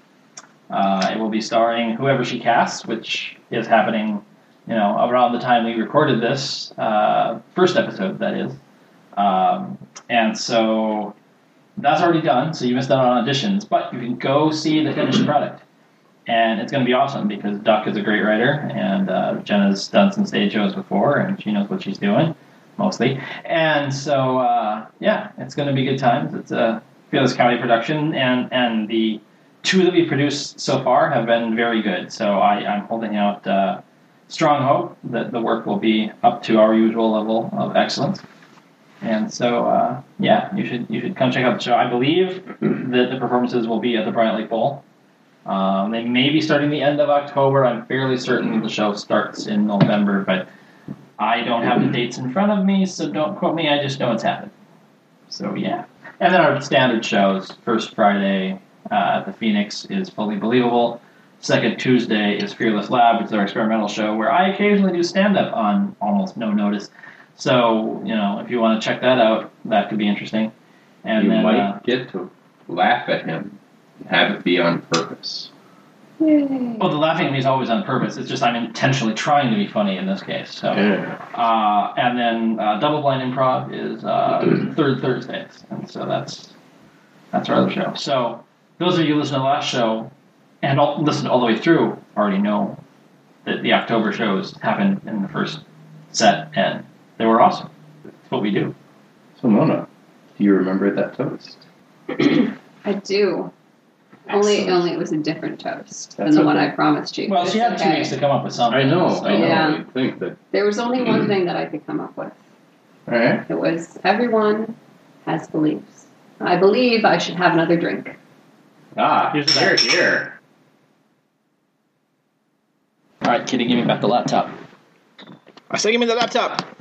Uh, it will be starring whoever she casts, which is happening, you know, around the time we recorded this uh, first episode. That is. Um, and so that's already done, so you missed out on auditions, but you can go see the finished product. and it's going to be awesome because Duck is a great writer, and uh, Jenna's done some stage shows before, and she knows what she's doing, mostly. And so, uh, yeah, it's going to be good times. It's a fearless comedy production, and and the two that we produced so far have been very good. So I, I'm holding out uh, strong hope that the work will be up to our usual level of excellence. And so, uh, yeah, you should you should come check out the show. I believe that the performances will be at the Bryant Lake Bowl. Um, they may be starting the end of October. I'm fairly certain the show starts in November, but I don't have the dates in front of me, so don't quote me. I just know it's happened. So yeah, and then our standard shows: first Friday uh, at the Phoenix is fully believable. Second Tuesday is Fearless Lab, which is our experimental show where I occasionally do stand up on almost no notice. So you know, if you want to check that out, that could be interesting. And
you
then,
might
uh,
get to laugh at him and have it be on purpose.
Yay.
well, the laughing at me is always on purpose. It's just I'm intentionally trying to be funny in this case. So.
Yeah.
Uh, and then uh, Double Blind Improv is
Mm-hmm.
uh, third Thursdays, and so that's that's our other show. So those of you listening to the last show and all, listen all the way through already know that the October shows happened in the first set, and they were awesome. It's what we do.
So Mona, do you remember that toast?
I do. Only, only it was a different toast than
That's
the one
okay.
I promised you.
Well,
It's
she had two
okay.
weeks to come up with something.
I know,
so-
I know.
Yeah.
I think that.
There was only
Mm.
one thing that I could come up with.
All right.
It was everyone has beliefs. I believe I should have another drink.
Ah,
Here's the-
here.
All right, Kitty, give me back the laptop.
I say, give me the laptop.